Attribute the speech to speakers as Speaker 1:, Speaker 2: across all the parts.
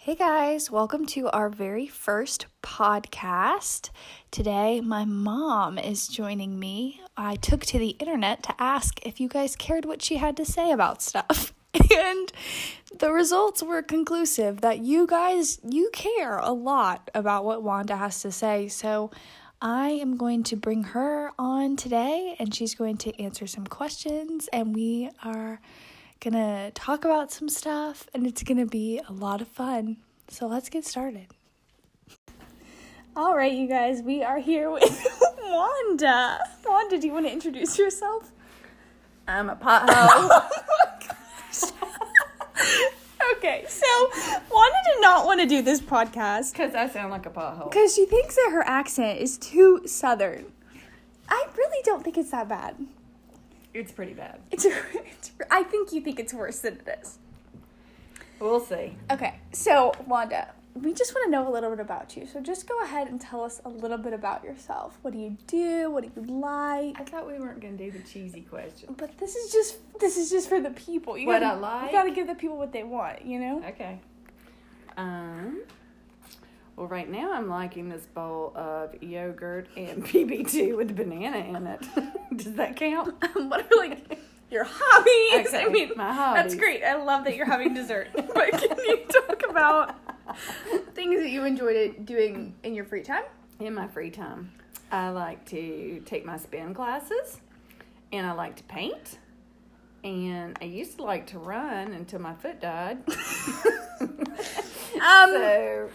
Speaker 1: Hey guys, welcome to our very first podcast. Today, my mom is joining me. I took to the internet to ask if you guys cared what she had to say about stuff. And the results were conclusive that you guys, you care a lot about what Wanda has to say. So I am going to bring her on today and she's going to answer some questions and we are gonna talk about some stuff and it's gonna be a lot of fun. So let's get started. All right, you guys, we are here with Wanda. Wanda, do you want to introduce yourself? Oh
Speaker 2: I'm a pothole.
Speaker 1: Okay, so Wanda did not want to do this podcast
Speaker 2: Because I sound like a pothole.
Speaker 1: because she thinks that her accent is too southern. I really don't think it's that bad.
Speaker 2: It's pretty bad.
Speaker 1: It's, it's I think you think it's worse than it is.
Speaker 2: We'll see.
Speaker 1: Okay, so Wanda, we just want to know a little bit about you. So just go ahead and tell us a little bit about yourself. What do you do? What do you
Speaker 2: I
Speaker 1: like?
Speaker 2: thought we weren't going to do the cheesy question.
Speaker 1: But this is just this is just for the people. You
Speaker 2: What
Speaker 1: gotta,
Speaker 2: I like?
Speaker 1: You gotta give the people what they want. You know.
Speaker 2: Okay. Um. Well, right now I'm liking this bowl of yogurt and PB2 with banana in it. Does that count?
Speaker 1: Um, what are like your hobbies?
Speaker 2: Okay,
Speaker 1: I mean,
Speaker 2: my
Speaker 1: that's
Speaker 2: hobbies.
Speaker 1: great. I love that you're having dessert. but can you talk about things that you enjoyed it doing in your free time?
Speaker 2: In my free time, I like to take my spin classes, and I like to paint, and I used to like to run until my foot died.
Speaker 1: Um,
Speaker 2: so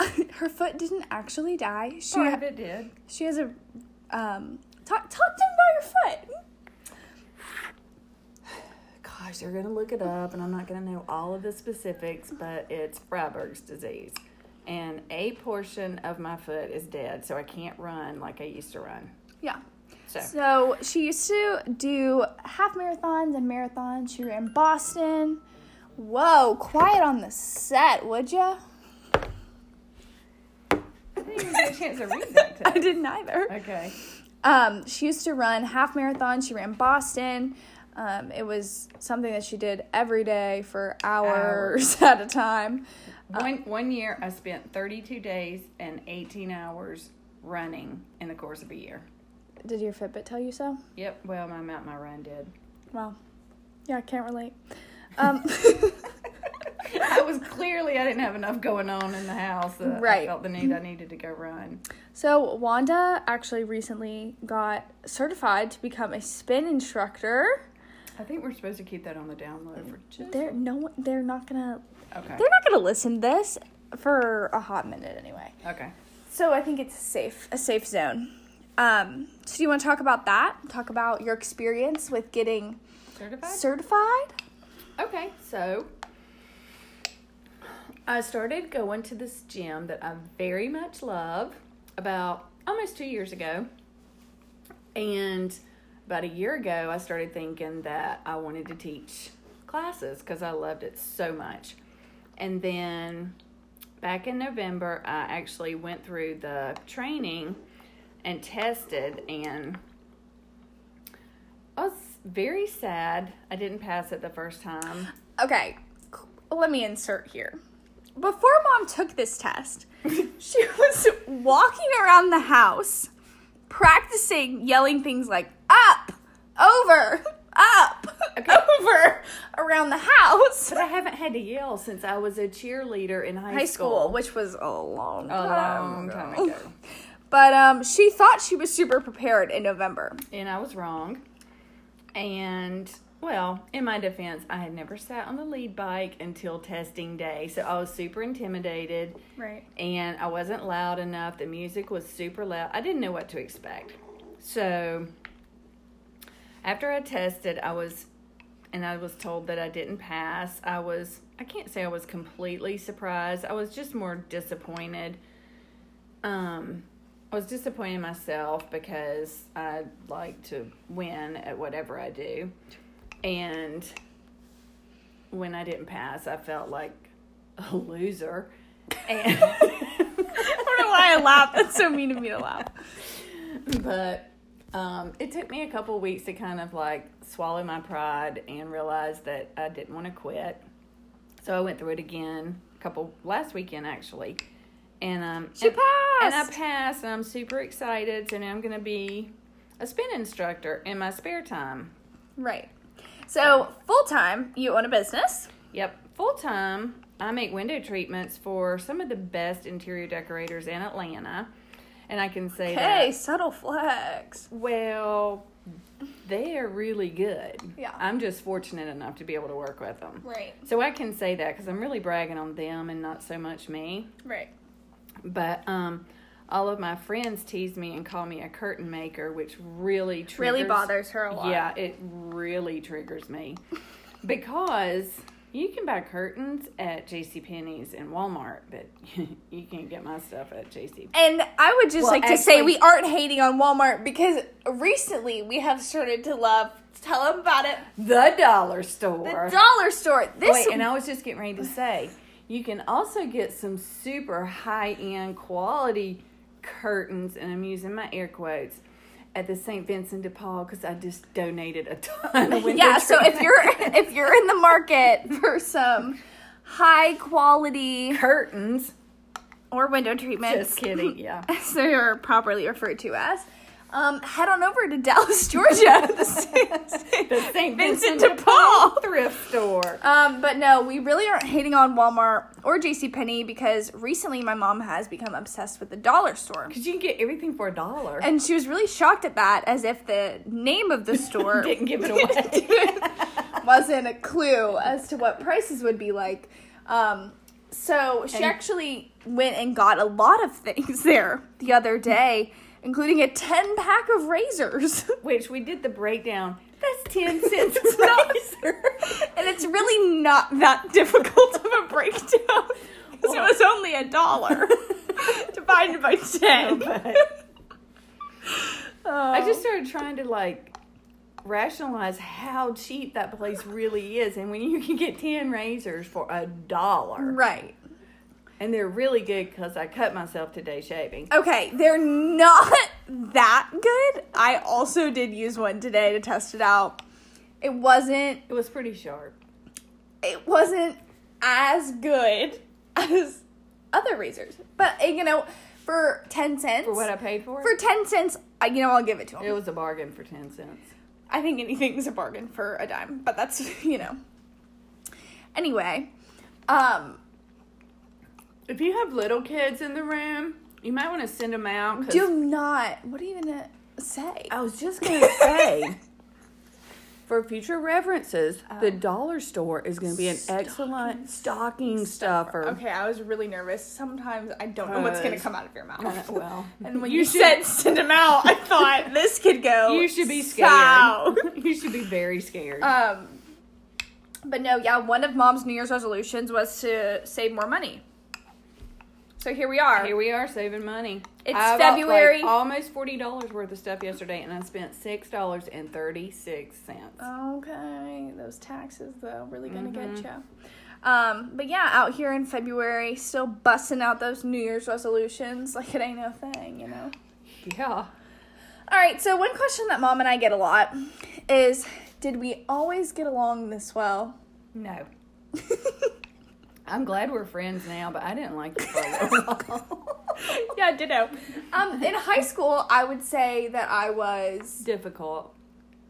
Speaker 1: her foot didn't actually die. She
Speaker 2: part of it did.
Speaker 1: She has a um talk talk to him about your foot.
Speaker 2: Gosh, they're gonna look it up, and I'm not gonna know all of the specifics, but it's Freiberg's disease, and a portion of my foot is dead, so I can't run like I used to run.
Speaker 1: Yeah.
Speaker 2: So,
Speaker 1: So she used to do half marathons and marathons. She ran Boston. Whoa, quiet on the set, would ya?
Speaker 2: I didn't even get a chance to read that.
Speaker 1: I
Speaker 2: Today.
Speaker 1: didn't either.
Speaker 2: Okay,
Speaker 1: Um, she used to run half marathons. She ran Boston. Um, it was something that she did every day for hours. at a time.
Speaker 2: one one year I spent 32 days and 18 hours running in the course of a year.
Speaker 1: Did your Fitbit tell you so?
Speaker 2: Yep. Well, my Mount My Run did.
Speaker 1: Well, yeah, I can't relate. Um,
Speaker 2: I was clearly I didn't have enough going on in the house. that
Speaker 1: Right.
Speaker 2: I felt the need I needed to go run.
Speaker 1: So Wanda actually recently got certified to become a spin instructor.
Speaker 2: I think we're supposed to keep that on the download for just
Speaker 1: They're no one- they're not gonna
Speaker 2: okay.
Speaker 1: they're not gonna listen to this for a hot minute anyway.
Speaker 2: Okay.
Speaker 1: So I think it's safe a safe zone. Um, so do you want to talk about that? Talk about your experience with getting
Speaker 2: Certified?
Speaker 1: certified?
Speaker 2: okay, so I started going to this gym that I very much love about almost two years ago. And about a year ago, I started thinking that I wanted to teach classes because I loved it so much. And then back in November, I actually went through the training and tested and I was very sad I didn't pass it the first time.
Speaker 1: Okay, c- let me insert here. Before mom took this test, she was walking around the house practicing yelling things like up, over, up, over around the house.
Speaker 2: But I haven't had to yell since I was a cheerleader in high, um,
Speaker 1: High school, Oh, which was a long
Speaker 2: A
Speaker 1: time
Speaker 2: long
Speaker 1: ago.
Speaker 2: time ago.
Speaker 1: But um, she thought she was super prepared in November.
Speaker 2: And I was wrong. And, well, in my defense, I had never sat on the lead bike until testing day. So I was super intimidated.
Speaker 1: Right.
Speaker 2: and I wasn't loud enough. The music was super loud. I didn't know what to expect. So after I tested, I was and I was told that I didn't pass. I was I can't say I was completely surprised. I was just more disappointed. Um I was disappointed in myself because I like to win at whatever I do. And when I didn't pass, I felt like a loser. And
Speaker 1: I don't know why I laughed. That's so mean of me to laugh.
Speaker 2: but um, it took me a couple weeks to kind of like swallow my pride and realize that I didn't want to quit. So I went through it again couple last weekend actually, and um,
Speaker 1: She
Speaker 2: and, and I
Speaker 1: passed!
Speaker 2: passed, and I'm super excited. So now I'm gonna be a spin instructor in my spare time.
Speaker 1: Right. So, full time, you own a business.
Speaker 2: Yep, full time. I make window treatments for some of the best interior decorators in Atlanta, and I can say that.
Speaker 1: Hey, subtle flex.
Speaker 2: Well, they are really good.
Speaker 1: Yeah.
Speaker 2: I'm just fortunate enough to be able to work with them.
Speaker 1: Right,
Speaker 2: So I can say that because I'm really bragging on them and not so much me.
Speaker 1: right.
Speaker 2: But um, all of my friends tease me and call me a curtain maker, which really triggers,
Speaker 1: Really bothers her a lot.
Speaker 2: Yeah, it really triggers me because you can buy curtains at JCPenney's and Walmart, but you can't get my stuff at JC.
Speaker 1: And I would just
Speaker 2: Well,
Speaker 1: like to say
Speaker 2: actually-
Speaker 1: we aren't hating on Walmart because recently we have started to love. Tell them about it.
Speaker 2: The dollar store.
Speaker 1: The dollar store. This
Speaker 2: Wait, and I was just getting ready to say, you can also get some super high end quality curtains, and I'm using my air quotes at the St. Vincent de Paul because I just donated a ton of window
Speaker 1: yeah. So if
Speaker 2: treatment
Speaker 1: you're if you're in the market for some high quality
Speaker 2: curtains,
Speaker 1: or window treatments,
Speaker 2: just kidding, yeah.
Speaker 1: as they are properly referred to as, um, head on over to Dallas, Georgia. the
Speaker 2: The
Speaker 1: St.
Speaker 2: St.
Speaker 1: Vincent
Speaker 2: Vincent
Speaker 1: de
Speaker 2: de
Speaker 1: Paul.
Speaker 2: Paul thrift store.
Speaker 1: Um, but no, we really aren't hating on Walmart or JCPenney because recently my mom has become obsessed with the dollar store.
Speaker 2: Because you can get everything for a dollar.
Speaker 1: And she was really shocked at that, as if the name of the store
Speaker 2: Didn't give it away.
Speaker 1: wasn't a clue as to what prices would be like. Um, so she
Speaker 2: And-
Speaker 1: actually went and got a lot of things there the other day, including a 10 pack of razors.
Speaker 2: Which we did the breakdown. That's 10 cents
Speaker 1: It's
Speaker 2: a
Speaker 1: not-
Speaker 2: razor.
Speaker 1: and it's really not that difficult of a breakdown because it
Speaker 2: Well-
Speaker 1: was only a dollar divided by 10.
Speaker 2: But- I just started trying to like rationalize how cheap that place really is, and when you can get ten razors for a dollar,
Speaker 1: Right.
Speaker 2: and they're really good because I cut myself today shaving.
Speaker 1: Okay, they're not that good. I also did use one today to test it out. It wasn't
Speaker 2: It was pretty sharp.
Speaker 1: it wasn't as good as other razors. But uh, you know, for 10 cents
Speaker 2: For what I paid for it,
Speaker 1: for 10 cents, I, you know, I'll give it to them.
Speaker 2: it was a bargain for ten cents.
Speaker 1: I think anything's a bargain for a dime, but that's, you know. Anyway, um
Speaker 2: If you have little kids in the room, you might want to send them out. 'cause-
Speaker 1: do not. What are you going to say?
Speaker 2: I was just gonna say. For future references, the dollar store is going to be an excellent stocking stuffer.
Speaker 1: Okay, I was really nervous. Sometimes I don't know what's going to
Speaker 2: Cause-
Speaker 1: come out of your mouth.
Speaker 2: Uh, well,
Speaker 1: And when you, said send him out, I thought this could go.
Speaker 2: You should be scared.
Speaker 1: south.
Speaker 2: you should be very scared.
Speaker 1: Um, but no, yeah, one of mom's New Year's resolutions was to save more money. So here we are.
Speaker 2: Here we are saving money.
Speaker 1: It's
Speaker 2: I bought, like,
Speaker 1: February.
Speaker 2: almost forty dollars worth of stuff yesterday, and I spent six dollars and thirty six cents.
Speaker 1: okay, those taxes though really gonna get you. Um, but yeah, out here in February, still busting out those New Year's resolutions like it ain't no thing, you know.
Speaker 2: Yeah.
Speaker 1: All right, so one question that mom and I get a lot is, did we always get along this well?
Speaker 2: No. I'm glad we're friends now, but I didn't like this for a while.
Speaker 1: yeah, ditto. Um, in high school, I would say that I was
Speaker 2: Difficult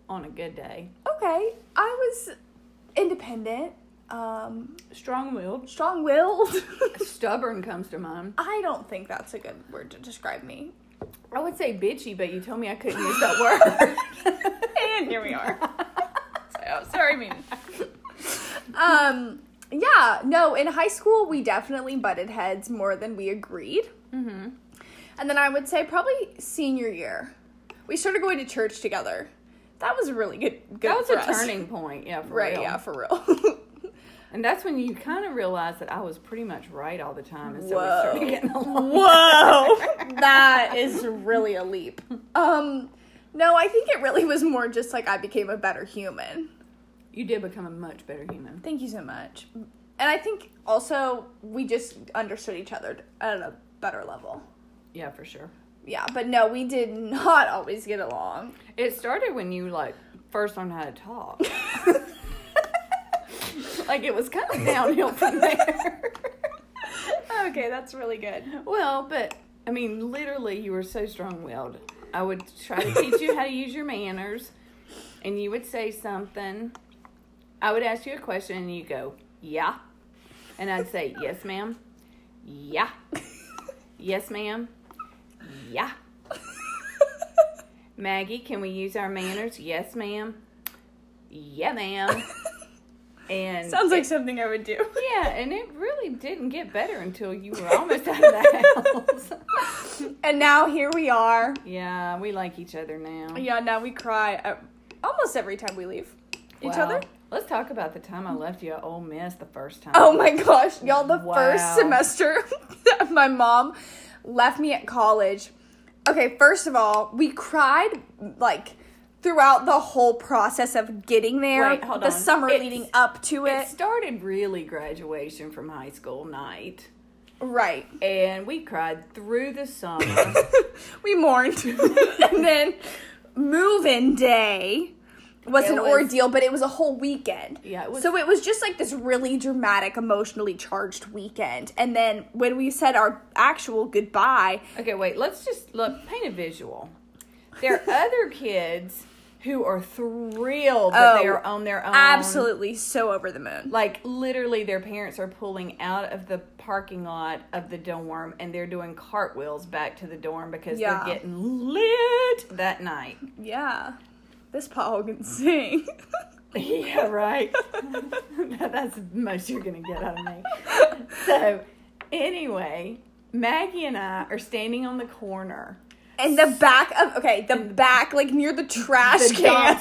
Speaker 2: on a good day.
Speaker 1: okay. I was independent, um,
Speaker 2: Strong willed.
Speaker 1: strong-willed.
Speaker 2: Stubborn comes to mind.
Speaker 1: I don't think that's a good word to describe me.
Speaker 2: I would say bitchy, but you told me I couldn't use that word.
Speaker 1: And here we are. So, sorry, Mimi. Um, yeah, no. In high school, we definitely butted heads more than we agreed.
Speaker 2: mm-hmm.
Speaker 1: And then I would say probably senior year, we started going to church together. That was really good. good
Speaker 2: That was
Speaker 1: for
Speaker 2: a
Speaker 1: us.
Speaker 2: turning point. Yeah, for
Speaker 1: Right,
Speaker 2: real.
Speaker 1: yeah, for real.
Speaker 2: And that's when you kind of realize that I was pretty much right all the time, and so we
Speaker 1: Whoa.
Speaker 2: started getting along.
Speaker 1: Whoa. that is really a leap. Um no, I think it really was more just like I became a better human.
Speaker 2: You did become a much better human.
Speaker 1: Thank you so much. And I think also we just understood each other at a better level.
Speaker 2: Yeah, for sure.
Speaker 1: Yeah, but no, we did not always get along.
Speaker 2: It started when you like first learned how to talk. like it was kind of downhill from there.
Speaker 1: okay, that's really good.
Speaker 2: Well, but I mean, literally, you were so strong willed. I would try to teach you how to use your manners, and you would say something. I would ask you a question, and you go, Yeah. And I'd say, Yes, ma'am. Yeah. Yes, ma'am. Yeah. Maggie, can we use our manners? Yes, ma'am. Yeah, ma'am. And
Speaker 1: Sounds like something I would do.
Speaker 2: yeah, and it really didn't get better until you were almost out of the house.
Speaker 1: And now here we are.
Speaker 2: yeah, we like each other now.
Speaker 1: Yeah, now we cry uh, almost every time we leave each
Speaker 2: Wow.
Speaker 1: other.
Speaker 2: Let's talk about the time I left you at Ole Miss the first time.
Speaker 1: Oh my gosh, y'all, the
Speaker 2: Wow.
Speaker 1: first semester that my mom left me at college. Okay, first of all, we cried like throughout the whole process of getting there.
Speaker 2: Wait, hold
Speaker 1: the
Speaker 2: on.
Speaker 1: summer
Speaker 2: It's-
Speaker 1: leading up to it.
Speaker 2: It started really graduation from high school night,
Speaker 1: Right.
Speaker 2: and we cried through the summer.
Speaker 1: we mourned. and then move in day was
Speaker 2: It
Speaker 1: an
Speaker 2: was-
Speaker 1: ordeal, but it was a whole weekend.
Speaker 2: Yeah, it was-
Speaker 1: So it was just like this really dramatic, emotionally charged weekend. And then when we said our actual goodbye,
Speaker 2: Okay, wait. Let's just look. Paint a visual. There are other kids who are thrilled that they
Speaker 1: Oh,
Speaker 2: are on their own.
Speaker 1: absolutely so over the moon.
Speaker 2: Like literally, their parents are pulling out of the parking lot of the dorm, and they're doing cartwheels back to the dorm because
Speaker 1: Yeah.
Speaker 2: they're getting lit that night.
Speaker 1: Yeah. This Paul
Speaker 2: Mm.
Speaker 1: can sing.
Speaker 2: yeah, right. That's the most you're gonna get out of me. So, anyway, Maggie and I are standing on the corner.
Speaker 1: And the back of okay, the back, like near the trash
Speaker 2: Mm. The
Speaker 1: cans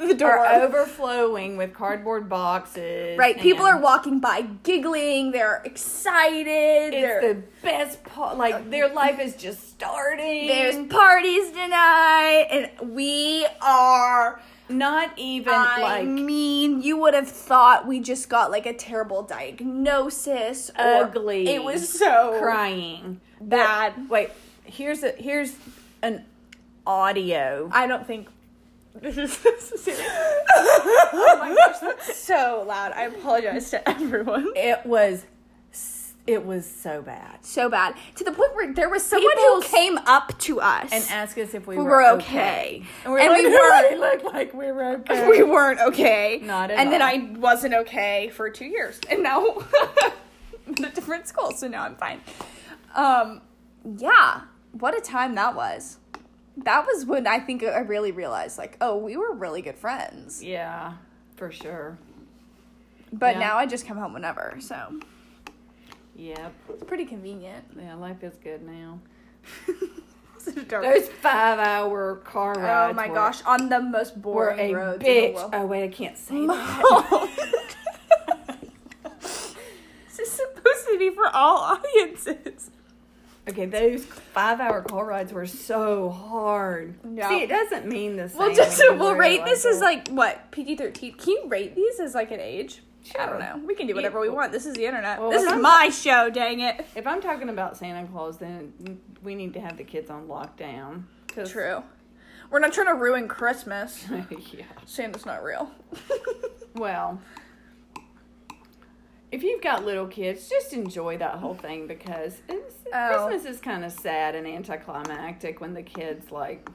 Speaker 1: of the door.
Speaker 2: are overflowing with cardboard boxes.
Speaker 1: Right, people are
Speaker 2: and
Speaker 1: walking by giggling, they're excited,
Speaker 2: It's
Speaker 1: they're- Uh,
Speaker 2: the best part. Like their life is just starting.
Speaker 1: there's parties tonight, and we are.
Speaker 2: not even
Speaker 1: I
Speaker 2: like
Speaker 1: mean, you would have thought we just got like a terrible diagnosis. or-
Speaker 2: Ugly.
Speaker 1: It was so
Speaker 2: crying.
Speaker 1: bad.
Speaker 2: Wait, here's a here's an audio.
Speaker 1: I don't think this is serious. oh my gosh, that's so loud. I apologize to everyone.
Speaker 2: It was s- it was so bad.
Speaker 1: So bad to the point where there was someone who
Speaker 2: People's-
Speaker 1: came up to us
Speaker 2: and ask us if we,
Speaker 1: we
Speaker 2: were,
Speaker 1: were
Speaker 2: okay.
Speaker 1: okay. And we
Speaker 2: "No,
Speaker 1: weren't.
Speaker 2: We look like we were okay.
Speaker 1: we weren't okay.
Speaker 2: Not at
Speaker 1: And then
Speaker 2: all.
Speaker 1: I wasn't okay for two years, and now I'm at a different school, so now I'm fine. Um, yeah, what a time that was. That was when I think I really realized, like, oh, we were really good friends.
Speaker 2: yeah, for sure.
Speaker 1: But
Speaker 2: Yeah.
Speaker 1: now I just come home whenever, so
Speaker 2: Yep.
Speaker 1: it's pretty convenient.
Speaker 2: Yeah, life is good now.
Speaker 1: It's a dark-
Speaker 2: Those five hour car rides.
Speaker 1: oh my
Speaker 2: were,
Speaker 1: gosh, on the most
Speaker 2: Were
Speaker 1: boring
Speaker 2: a
Speaker 1: roads in the
Speaker 2: bitch.
Speaker 1: world.
Speaker 2: Oh wait, I can't say
Speaker 1: Mom.
Speaker 2: that.
Speaker 1: this is supposed to be for all audiences.
Speaker 2: okay, those five hour car rides were so hard.
Speaker 1: Yeah.
Speaker 2: See, it doesn't mean the same.
Speaker 1: We'll just
Speaker 2: when you
Speaker 1: we'll
Speaker 2: were
Speaker 1: rate this as
Speaker 2: little.
Speaker 1: like what PG thirteen. Can you rate these as like an age? I
Speaker 2: Sure.
Speaker 1: don't know. We can do whatever we
Speaker 2: Yeah.
Speaker 1: want. This is the internet.
Speaker 2: Well,
Speaker 1: this
Speaker 2: if
Speaker 1: is
Speaker 2: I'm-
Speaker 1: my show. Dang it.
Speaker 2: If I'm talking about Santa Claus, then we need to have the kids on lockdown. 'Cause-
Speaker 1: True. We're not trying to ruin Christmas.
Speaker 2: yeah.
Speaker 1: Santa's not real.
Speaker 2: Well, if you've got little kids, just enjoy that whole thing because it's,
Speaker 1: Oh.
Speaker 2: Christmas is kind of sad and anticlimactic when the kids like.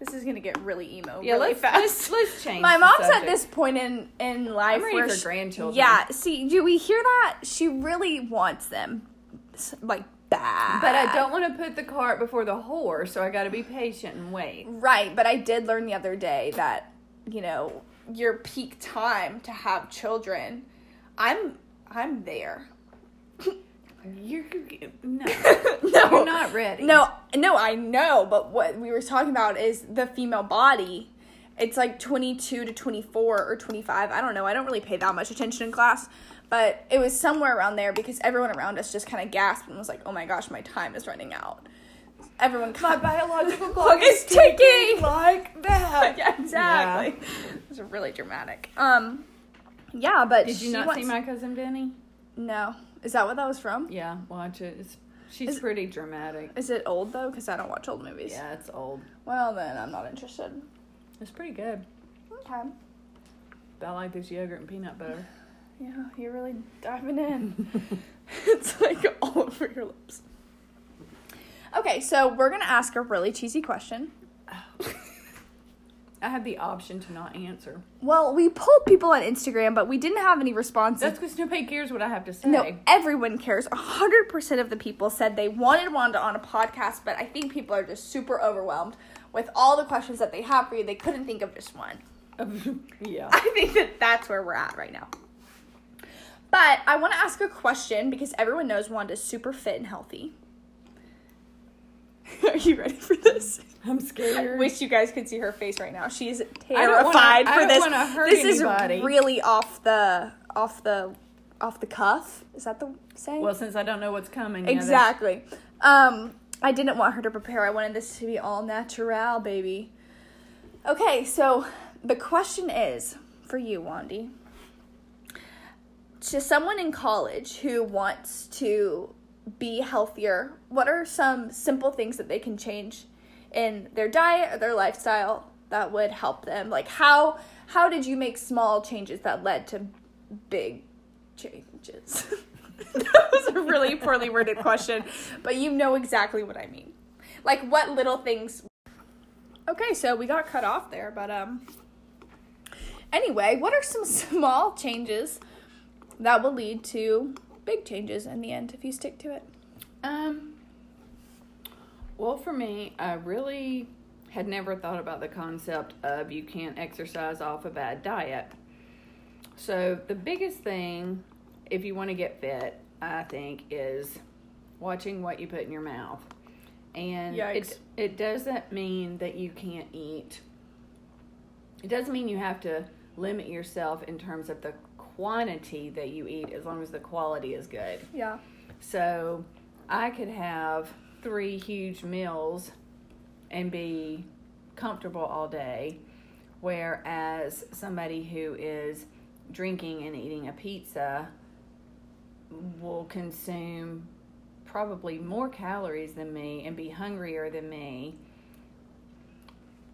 Speaker 1: this is gonna get really emo.
Speaker 2: Yeah,
Speaker 1: really
Speaker 2: let's,
Speaker 1: fast.
Speaker 2: let's let's change.
Speaker 1: my
Speaker 2: the
Speaker 1: mom's at
Speaker 2: subject.
Speaker 1: this point in in life
Speaker 2: ready
Speaker 1: where
Speaker 2: for
Speaker 1: she-
Speaker 2: grandchildren.
Speaker 1: Yeah, see, do we hear that? She really wants them, S- like bad.
Speaker 2: But I don't want to put the cart before the horse, so I got to be patient and wait.
Speaker 1: Right, but I did learn the other day that, you know, your peak time to have children, I'm I'm there.
Speaker 2: You're no,
Speaker 1: No.
Speaker 2: you're not ready.
Speaker 1: No, no, I know, but what we were talking about is the female body. It's like 22 to 24 or 25. I don't know. I don't really pay that much attention in class, but it was somewhere around there because everyone around us just kind of gasped and was like, "Oh my gosh, my time is running out." Everyone
Speaker 2: my
Speaker 1: kind
Speaker 2: biological clock is
Speaker 1: ticking.
Speaker 2: ticking like that.
Speaker 1: yeah, exactly. It was really dramatic. Um, yeah, but
Speaker 2: Did you
Speaker 1: she
Speaker 2: not
Speaker 1: wants-
Speaker 2: see my cousin Benny?
Speaker 1: No, is that what that was from?
Speaker 2: Yeah, watch it. It's, she's
Speaker 1: Is-
Speaker 2: pretty dramatic.
Speaker 1: Is it old though? Because I don't watch old movies.
Speaker 2: Yeah, it's old.
Speaker 1: Well, then I'm not interested.
Speaker 2: It's pretty good.
Speaker 1: Okay.
Speaker 2: I like this yogurt and peanut butter.
Speaker 1: Yeah, you're really diving in. it's like all over your lips. Okay, so we're gonna ask a really cheesy question.
Speaker 2: I had the option to not answer.
Speaker 1: Well, we polled people on Instagram, but we didn't have any responses.
Speaker 2: That's because nobody cares what I have to say.
Speaker 1: no, everyone cares. 100% of the people said they wanted Wanda on a podcast, but I think people are just super overwhelmed with all the questions that they have for you. They couldn't think of just one.
Speaker 2: yeah.
Speaker 1: I think that that's where we're at right now. But I want to ask a question because everyone knows Wanda's super fit and healthy. Are you ready for this?
Speaker 2: I'm scared.
Speaker 1: Wish you guys could see her face right now. She is
Speaker 2: don't wanna-
Speaker 1: terrified
Speaker 2: I
Speaker 1: for
Speaker 2: don't
Speaker 1: this.
Speaker 2: wanna hurt
Speaker 1: this
Speaker 2: anybody.
Speaker 1: is really off the off the off the cuff. Is that the saying?
Speaker 2: well, since I don't know what's coming. yeah, that's-
Speaker 1: exactly. Um, I didn't want her to prepare. I wanted this to be all natural, baby. Okay, so the question is for you, Wandy. To someone in college who wants to be healthier, what are some simple things that they can change in their diet or their lifestyle that would help them? Like how how did you make small changes that led to big changes? that was a really poorly worded question, but you know exactly what I mean. Like what little things Okay, so we got cut off there, but um anyway, what are some small changes that will lead to big changes in the end if you stick to it?
Speaker 2: Um. Well, for me, I really had never thought about the concept of you can't exercise off a bad diet. So the biggest thing, if you want to get fit, I think is watching what you put in your mouth, and
Speaker 1: Yikes.
Speaker 2: it it doesn't mean that you can't eat. It doesn't mean you have to limit yourself in terms of the quantity that you eat, as long as the quality is good.
Speaker 1: Yeah.
Speaker 2: So I could have three huge meals and be comfortable all day. Whereas somebody who is drinking and eating a pizza will consume probably more calories than me and be hungrier than me.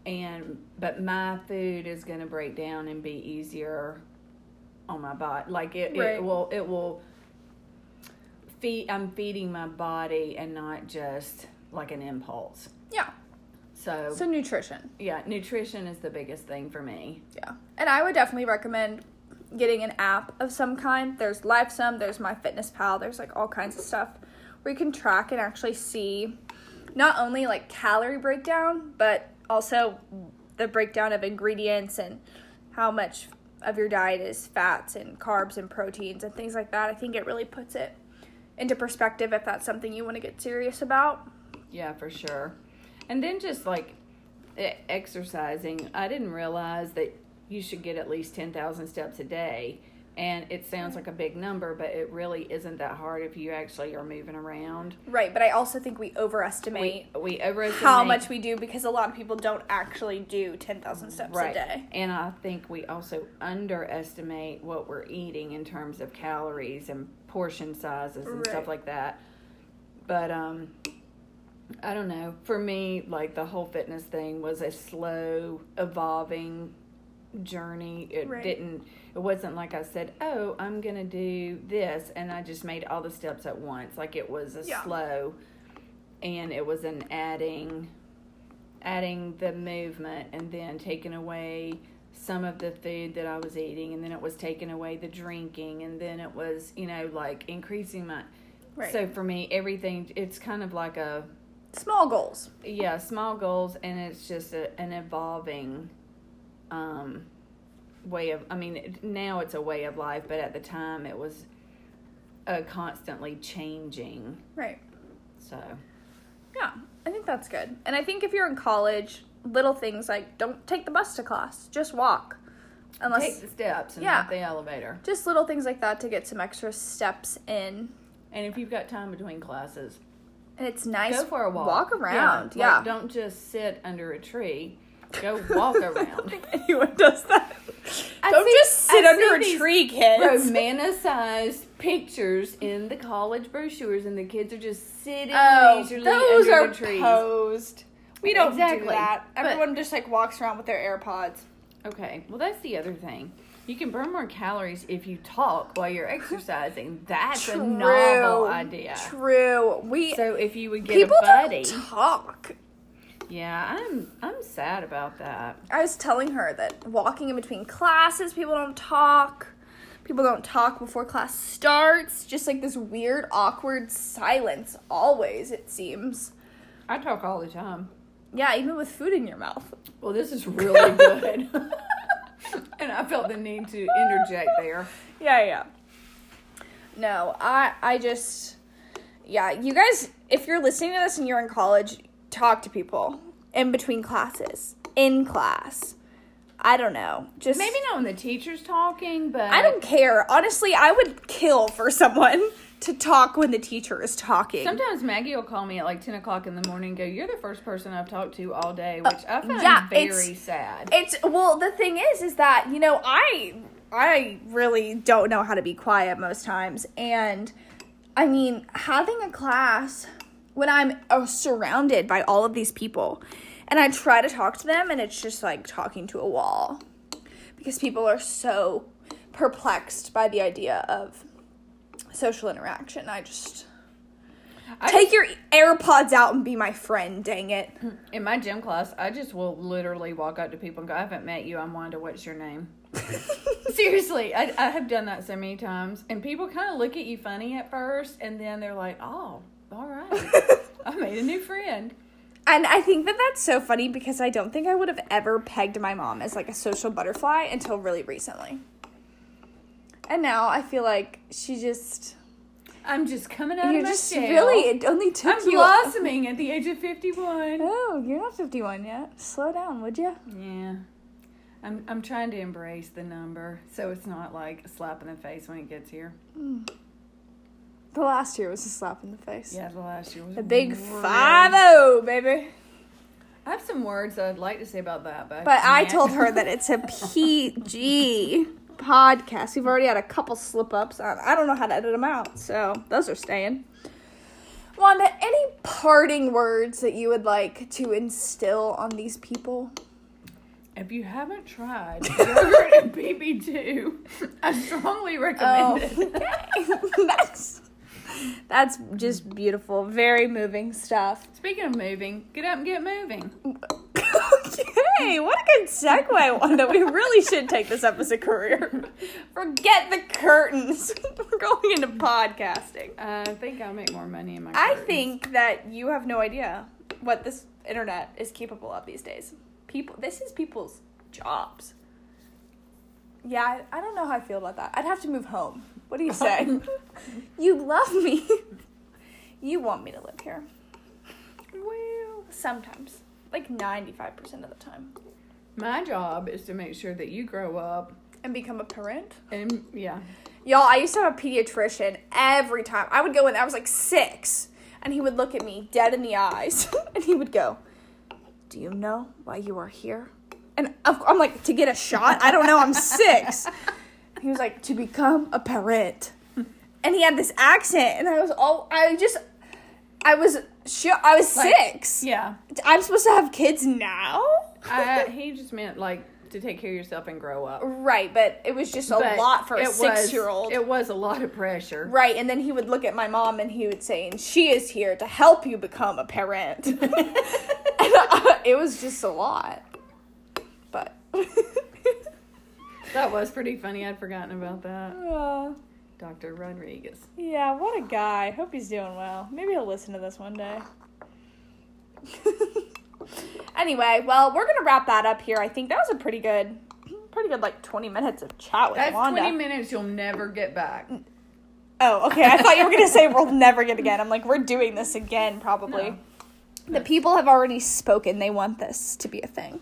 Speaker 2: And but my food is going to break down and be easier on my body. Like it,
Speaker 1: Right.
Speaker 2: it will, it will feed i'm feeding my body and not just like an impulse
Speaker 1: Yeah.
Speaker 2: so,
Speaker 1: So nutrition.
Speaker 2: yeah nutrition is the biggest thing for me
Speaker 1: Yeah. And I would definitely recommend getting an app of some kind. There's LifeSum, there's MyFitnessPal, there's like all kinds of stuff where you can track and actually see not only like calorie breakdown, but also the breakdown of ingredients and how much of your diet is fats and carbs and proteins and things like that. I think it really puts it into perspective if that's something you want to get serious about.
Speaker 2: yeah for sure and then just like e- exercising i didn't realize that you should get at least 10000 steps a day and it sounds like a big number but it really isn't that hard if you actually are moving around
Speaker 1: Right, but I also think we overestimate
Speaker 2: we, we overestimate
Speaker 1: how much we do because a lot of people don't actually do 10,000 steps a day.
Speaker 2: And I think we also underestimate what we're eating in terms of calories and portion sizes and
Speaker 1: Right.
Speaker 2: stuff like that. But um I don't know. For me, like the whole fitness thing was a slow evolving journey. It
Speaker 1: Right.
Speaker 2: didn't it wasn't like I said, "Oh, I'm going to do this," and I just made all the steps at once. Like it was a
Speaker 1: Yeah.
Speaker 2: slow and it was an adding adding the movement and then taking away some of the food that I was eating and then it was taking away the drinking and then it was, you know, like increasing my
Speaker 1: Right.
Speaker 2: so for me everything it's kind of like a
Speaker 1: Small goals.
Speaker 2: yeah, small goals and it's just a, an evolving um way of I mean it- now it's a way of life but at the time it was a constantly changing.
Speaker 1: Right.
Speaker 2: So
Speaker 1: Yeah. I think that's good. And I think if you're in college, little things like don't take the bus to class, just walk. Unless
Speaker 2: take the steps and
Speaker 1: Yeah.
Speaker 2: not the elevator.
Speaker 1: just little things like that to get some extra steps in.
Speaker 2: And if you've got time between classes,
Speaker 1: And it's nice
Speaker 2: go for a walk.
Speaker 1: Walk
Speaker 2: Yeah,
Speaker 1: around.
Speaker 2: like,
Speaker 1: Yeah.
Speaker 2: don't just sit under a tree. Go walk
Speaker 1: I don't
Speaker 2: around.
Speaker 1: think anyone does that.
Speaker 2: I
Speaker 1: don't
Speaker 2: see-
Speaker 1: just sit
Speaker 2: I
Speaker 1: under
Speaker 2: see
Speaker 1: a
Speaker 2: these
Speaker 1: tree, kids.
Speaker 2: Romanticized pictures in the college brochures, and the kids are just sitting
Speaker 1: Oh,
Speaker 2: leisurely
Speaker 1: those
Speaker 2: under
Speaker 1: are
Speaker 2: the trees.
Speaker 1: posed. We don't do
Speaker 2: Exactly.
Speaker 1: that.
Speaker 2: But-
Speaker 1: Everyone just like walks around with their AirPods.
Speaker 2: okay, well that's the other thing. You can burn more calories if you talk while you're exercising. That's a
Speaker 1: True.
Speaker 2: novel idea.
Speaker 1: True. We
Speaker 2: So if you would get
Speaker 1: people
Speaker 2: a buddy,
Speaker 1: don't talk.
Speaker 2: yeah, I'm I'm sad about that.
Speaker 1: I was telling her that walking in between classes, people don't talk. People don't talk before class starts. Just like this weird, awkward silence always, it seems.
Speaker 2: I talk all the time.
Speaker 1: Yeah, even with food in your mouth.
Speaker 2: Well, this is really good, and I felt the need to interject there.
Speaker 1: Yeah, yeah. No, I I just yeah, you guys if you're listening to this and you're in college, talk to people in between classes, in class. I don't know. Just
Speaker 2: Maybe not when the teacher's talking, but
Speaker 1: I don't care. Honestly, I would kill for someone to talk when the teacher is talking.
Speaker 2: Sometimes Maggie will call me at like ten o'clock in the morning. and Go, you're the first person I've talked to all day, which I find
Speaker 1: yeah,
Speaker 2: very
Speaker 1: it's-
Speaker 2: sad.
Speaker 1: It's well, the thing is, is that you know, I I really don't know how to be quiet most times, and I mean, having a class when I'm uh, surrounded by all of these people, and I try to talk to them, and it's just like talking to a wall, because people are so perplexed by the idea of social interaction. I just.
Speaker 2: I
Speaker 1: Take your AirPods out and be my friend, dang it.
Speaker 2: In my gym class, I just will literally walk up to people and go, I haven't met you. I'm Wanda. What's your name? Seriously, I, I have done that so many times. And people kind of look at you funny at first, and then they're like, oh, all right. I made a new friend.
Speaker 1: And I think that that's so funny because I don't think I would have ever pegged my mom as like a social butterfly until really recently. And now I feel like she just
Speaker 2: I'm just coming out
Speaker 1: you
Speaker 2: of my
Speaker 1: just
Speaker 2: shell.
Speaker 1: really it only took
Speaker 2: I'm
Speaker 1: you
Speaker 2: blossoming at the age of 51.
Speaker 1: Oh, you're not 51 yet. Slow down, would you?
Speaker 2: Yeah. I'm, I'm trying to embrace the number so it's not like a slap in the face when it gets here.
Speaker 1: The last year was a slap in the face.
Speaker 2: Yeah, the last year was
Speaker 1: The big
Speaker 2: real.
Speaker 1: 5-0, baby.
Speaker 2: I have some words I'd like to say about that, but
Speaker 1: But I
Speaker 2: can't.
Speaker 1: told her that it's a PG podcast. We've already had a couple slip ups. I I don't know how to edit them out, so those are staying. Wanda, any parting words that you would like to instill on these people?
Speaker 2: If you haven't tried yogurt and BB2, I strongly
Speaker 1: Oh.
Speaker 2: recommend it.
Speaker 1: that's that's just beautiful. Very moving stuff.
Speaker 2: Speaking of moving, get up and get moving.
Speaker 1: okay, what a good segue, Wanda. We really should take this up as a career. Forget the curtains. We're going into podcasting.
Speaker 2: I think I'll make more money in my
Speaker 1: I
Speaker 2: garden.
Speaker 1: think that you have no idea what this internet is capable of these days. People, this is people's jobs. Yeah, I, I don't know how I feel about that. I'd have to move home. What do you say? you love me. you want me to live here.
Speaker 2: Well,
Speaker 1: Sometimes, like 95% of the time.
Speaker 2: my job is to make sure that you grow up
Speaker 1: And become a parent.
Speaker 2: and, yeah.
Speaker 1: Y'all, I used to have a pediatrician every time. I would go in, I was like six, and he would look at me dead in the eyes, and he would go, Do you know why you are here? And of- I'm like, To get a shot? I don't know, I'm six. he was like, To become a parent. And he had this accent, and I was all, I just, I was, sure, I was
Speaker 2: Like-
Speaker 1: six.
Speaker 2: Yeah.
Speaker 1: I'm supposed to have kids now?
Speaker 2: I, he just meant, like, to take care of yourself and grow up.
Speaker 1: right, but it was just a
Speaker 2: But
Speaker 1: lot for a
Speaker 2: it was-
Speaker 1: six year old.
Speaker 2: It was a lot of pressure.
Speaker 1: Right, and then he would look at my mom and he would say, "And she is here to help you become a parent." and I, it was just a lot, but
Speaker 2: That was pretty funny. I'd forgotten about that.
Speaker 1: Uh,
Speaker 2: Dr. Rodriguez.
Speaker 1: yeah, what a guy. Hope he's doing well. Maybe he'll listen to this one day. anyway, well, we're gonna wrap that up here. I think that was a pretty good, pretty good like twenty minutes of chat with
Speaker 2: That's
Speaker 1: Wanda.
Speaker 2: 20 minutes you'll never get back.
Speaker 1: Oh, okay. I thought you were gonna say we'll never get again. I'm like, we're doing this again, probably. The people have already spoken. They want this to be a thing.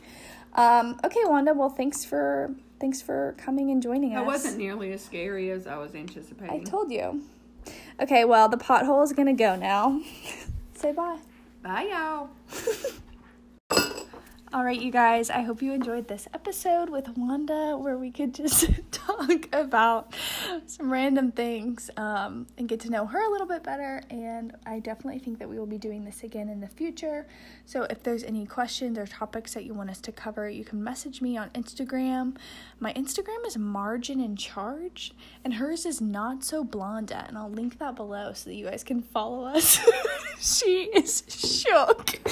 Speaker 1: Um, okay, Wanda. Well, thanks for thanks for coming and joining us.
Speaker 2: That wasn't nearly as scary as I was anticipating.
Speaker 1: I told you. Okay. Well, the pothole is gonna go now. say bye.
Speaker 2: Bye, y'all.
Speaker 1: All right, you guys, I hope you enjoyed this episode with Wanda where we could just talk about some random things um, and get to know her a little bit better. And I definitely think that we will be doing this again in the future. So if there's any questions or topics that you want us to cover, you can message me on Instagram. My Instagram is Margin in Charge, and hers is Not So Blonda. And I'll link that below so that you guys can follow us. she is shook.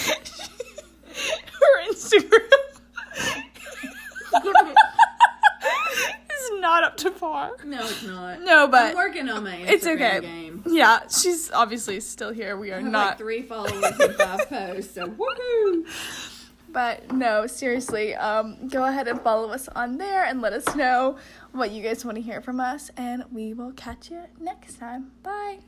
Speaker 1: her Instagram is not up to par.
Speaker 2: No, it's not.
Speaker 1: No, but
Speaker 2: I'm working on my Instagram
Speaker 1: it's okay.
Speaker 2: game.
Speaker 1: Yeah, she's obviously still here. We
Speaker 2: I
Speaker 1: are
Speaker 2: have
Speaker 1: not.
Speaker 2: like three followers and five posts, so woohoo!
Speaker 1: But no, seriously, um, go ahead and follow us on there and let us know what you guys want to hear from us. And we will catch you next time. Bye.